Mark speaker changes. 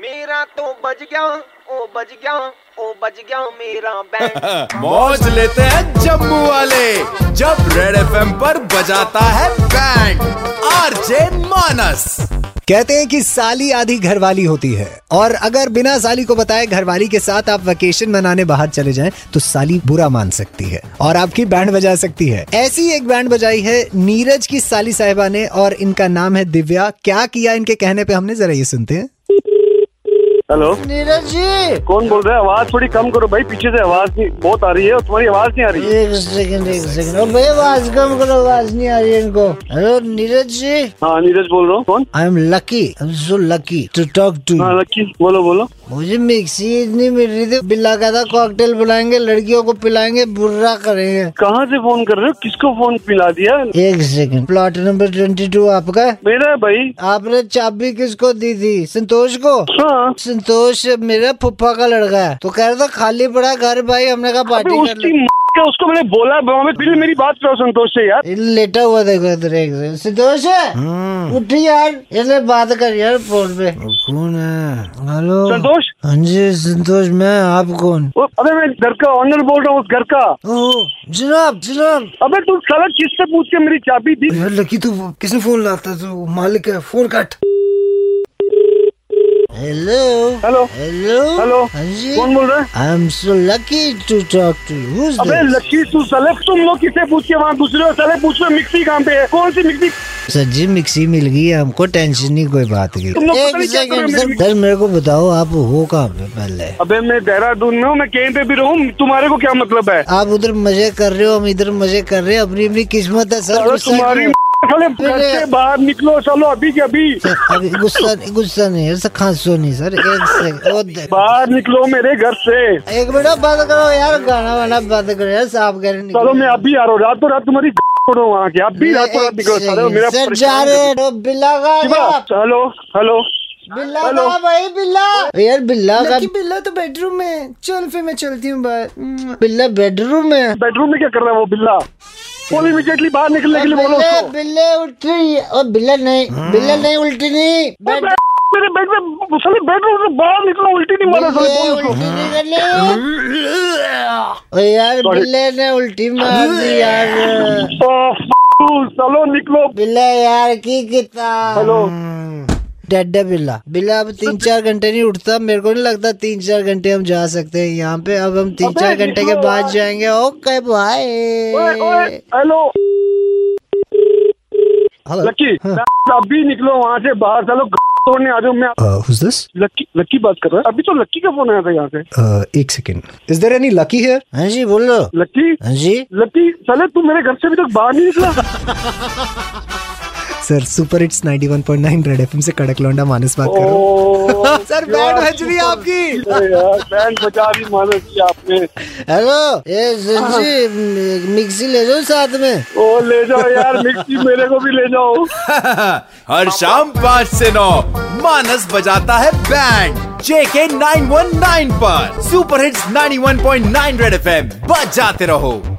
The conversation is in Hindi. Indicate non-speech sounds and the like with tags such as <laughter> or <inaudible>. Speaker 1: मेरा तो बज गया ओ बज गया ओ बज गया मेरा बैंड
Speaker 2: मौज लेते हैं जम्मू वाले जब रेड एफएम पर बजाता है बैंड आरजे मानस
Speaker 3: कहते हैं कि साली आधी घरवाली होती है और अगर बिना साली को बताए घरवाली के साथ आप वेकेशन मनाने बाहर चले जाएं तो साली बुरा मान सकती है और आपकी बैंड बजा सकती है ऐसी ही एक बैंड बजाई है नीरज की साली साहिबा ने और इनका नाम है दिव्या क्या किया इनके कहने पे हमने जरा ये सुनते हैं
Speaker 4: हेलो
Speaker 5: नीरज जी
Speaker 4: कौन बोल रहा है आवाज थोड़ी कम करो भाई पीछे से आवाज नहीं बहुत आ रही है और तुम्हारी आवाज नहीं आ रही है
Speaker 5: एक सेकंड एक सेकंड ओ भाई आवाज कम करो आवाज नहीं आ रही है इनको हेलो नीरज जी
Speaker 4: हाँ नीरज बोल रहा हूँ कौन
Speaker 5: I am Lucky I am so lucky to talk to
Speaker 4: हाँ लक्की बोलो बोलो
Speaker 5: मुझे मिक्सी इतनी मिल रही थी बिल्ला का था कॉकटेल बुलाएंगे लड़कियों को पिलाएंगे बुर्रा करेंगे
Speaker 4: कहाँ से फोन कर रहे हो किसको फोन पिला दिया
Speaker 5: एक second plot number twenty two आपका है?
Speaker 4: मेरा है भाई
Speaker 5: आपने चाबी किसको दी थी संतोष को
Speaker 4: हाँ
Speaker 5: संतोष मेरा फुफा का लड़का है तो कह रहा था खाली पड़ा घर भाई हमने कहा
Speaker 4: अबे
Speaker 5: पार्टी कर
Speaker 4: उसकी
Speaker 5: ले
Speaker 4: माँ का उसको मैंने बोला मैं फिर मेरी बात करो संतोष से यार
Speaker 5: लेटा हुआ देखो इधर एक से- संतोष
Speaker 3: हम्म।
Speaker 5: उठ यार इसलिए बात कर यार फोन पे कौन है हेलो
Speaker 4: संतोष
Speaker 5: हाँ जी संतोष मैं आप कौन
Speaker 4: वो- अबे मैं घर का ऑनर बोल रहा हूँ उस घर का
Speaker 5: ओह जनाब जनाब
Speaker 4: अबे तू साला किससे पूछ के मेरी चाबी दी
Speaker 5: यार लकी तू किसने फोन लाता तू मालिक है phone cut hello
Speaker 4: hello
Speaker 5: hello
Speaker 4: hello
Speaker 5: हाँ जी
Speaker 4: कौन बोल रहा है
Speaker 5: I am so lucky to talk to you
Speaker 4: अबे लक्की तू साले तुम लोग किससे पूछ के वहाँ घुस रहे हो साले पूछ रहे हो मिक्सी कहाँ पे है कौन सी मिक्सी
Speaker 5: सर जी मिक्सी मिल गई है हमको टेंशन नहीं कोई बात की
Speaker 4: तुम लोग पता नहीं क्या कर रहे हो
Speaker 5: सेकंड सर
Speaker 4: मेरी-
Speaker 5: सर मेरे को बताओ आप हो कहाँ पे पहले
Speaker 4: अबे मैं देहरादून में हूँ मैं कहीं पे भी रहूँ तुम्हारे को क्या मतलब है
Speaker 5: आप उधर मजे कर रहे हो हम इधर मजे कर रहे हैं अपनी अपनी किस्मत है सर
Speaker 4: अरे
Speaker 5: गुस्सा
Speaker 4: तुम्हारी
Speaker 5: नहीं-
Speaker 4: <laughs> साले घर से बाहर निकलो चलो अभी के अभी
Speaker 5: सर, अभी गुस्सा गुस्सा नहीं है सर खांसो नहीं सर एक सेकंड ओ देखो
Speaker 4: बाहर निकलो मेरे घर से
Speaker 5: एक मिनट बंद करो यार गाना वाना बंद करो यार साफ कर
Speaker 4: चलो मैं अभी आ रहा हूँ रातों रात तुम्हारी <laughs> छोड़ो वहाँ के अभी रातों रात निकलो साले मेरा
Speaker 5: सर जा
Speaker 4: परेशान
Speaker 5: रहे
Speaker 4: कर-
Speaker 5: हैं तो बिल्ला का
Speaker 4: Shiva, hello hello
Speaker 5: Billa
Speaker 4: hello.
Speaker 5: का भाई बिल्ला यार बिल्ला का
Speaker 6: बिल्ला तो बेडरूम में चल फिर मैं चलती हूँ बाहर
Speaker 5: बिल्ला बेडरूम में है।
Speaker 4: बेडरूम में क्या कर रहा है वो बिल्ला बोल इमीडिएटली बाहर निकलने के लिए बोलो
Speaker 5: बिल्ले
Speaker 4: उसको
Speaker 5: बिल्ले उल्टी और बिल्ला नहीं बिल्ला नहीं उल्टी नहीं
Speaker 4: अबे,
Speaker 5: बेड-
Speaker 4: मेरे बेड में साले बेडरूम से बाहर निकलो उल्टी नहीं मारा साले
Speaker 5: बिल्ले
Speaker 4: बोल उसको
Speaker 5: उल्टी नहीं करनी ओ यार
Speaker 4: Sorry.
Speaker 5: बिल्ले ने उल्टी मार दी
Speaker 4: <laughs>
Speaker 5: यार
Speaker 4: ओ, f- you, चलो निकलो
Speaker 5: बिल्ला यार की किता
Speaker 4: हेलो
Speaker 5: डड्डा बिल्ला बिल्ला अब तीन चार घंटे नहीं उठता मेरे को नहीं लगता तीन चार घंटे हम जा सकते हैं यहाँ पे अब हम तीन
Speaker 4: अबे
Speaker 5: चार घंटे के
Speaker 4: निकलो
Speaker 5: बाद
Speaker 4: यार।
Speaker 5: जाएंगे ओके
Speaker 4: ओए, ओए,
Speaker 5: बाय
Speaker 4: हेलो
Speaker 5: हेलो
Speaker 4: लकी
Speaker 3: हाँ।
Speaker 4: अभी निकलो वहाँ से बाहर चलो तोड़ने आ जाओ मैं
Speaker 3: हुज दिस
Speaker 4: लक्की लक्की बात कर रहा है अभी तो लक्की का फोन आया था यहाँ से
Speaker 3: uh, एक second is there any Lucky here
Speaker 5: हाँ जी बोलो
Speaker 4: लक्की
Speaker 5: हाँ जी
Speaker 4: लक्की चले तू मेरे घर से अभी तक बाहर
Speaker 3: <laughs>
Speaker 4: नहीं निकला
Speaker 3: sir super hits 91.9 Red FM से कड़क लौंडा मानस बात कर रहा हूँ
Speaker 4: ओ,
Speaker 3: सर
Speaker 4: Oh, यार, तो-
Speaker 3: बैंड बज रही है आपकी
Speaker 4: अरे यार बैंड बजा भी मानो की आपने
Speaker 5: हेलो ए सर जी
Speaker 4: हाँ।
Speaker 5: मि- मिक्सी ले जाओ साथ में
Speaker 4: ओ ले जाओ यार मिक्सी मेरे को भी ले जाओ
Speaker 2: हर शाम पाँच से नौ मानस बजाता है बैंड जेके 919 पर सुपर हिट्स 91.9 रेड एफएम बजाते रहो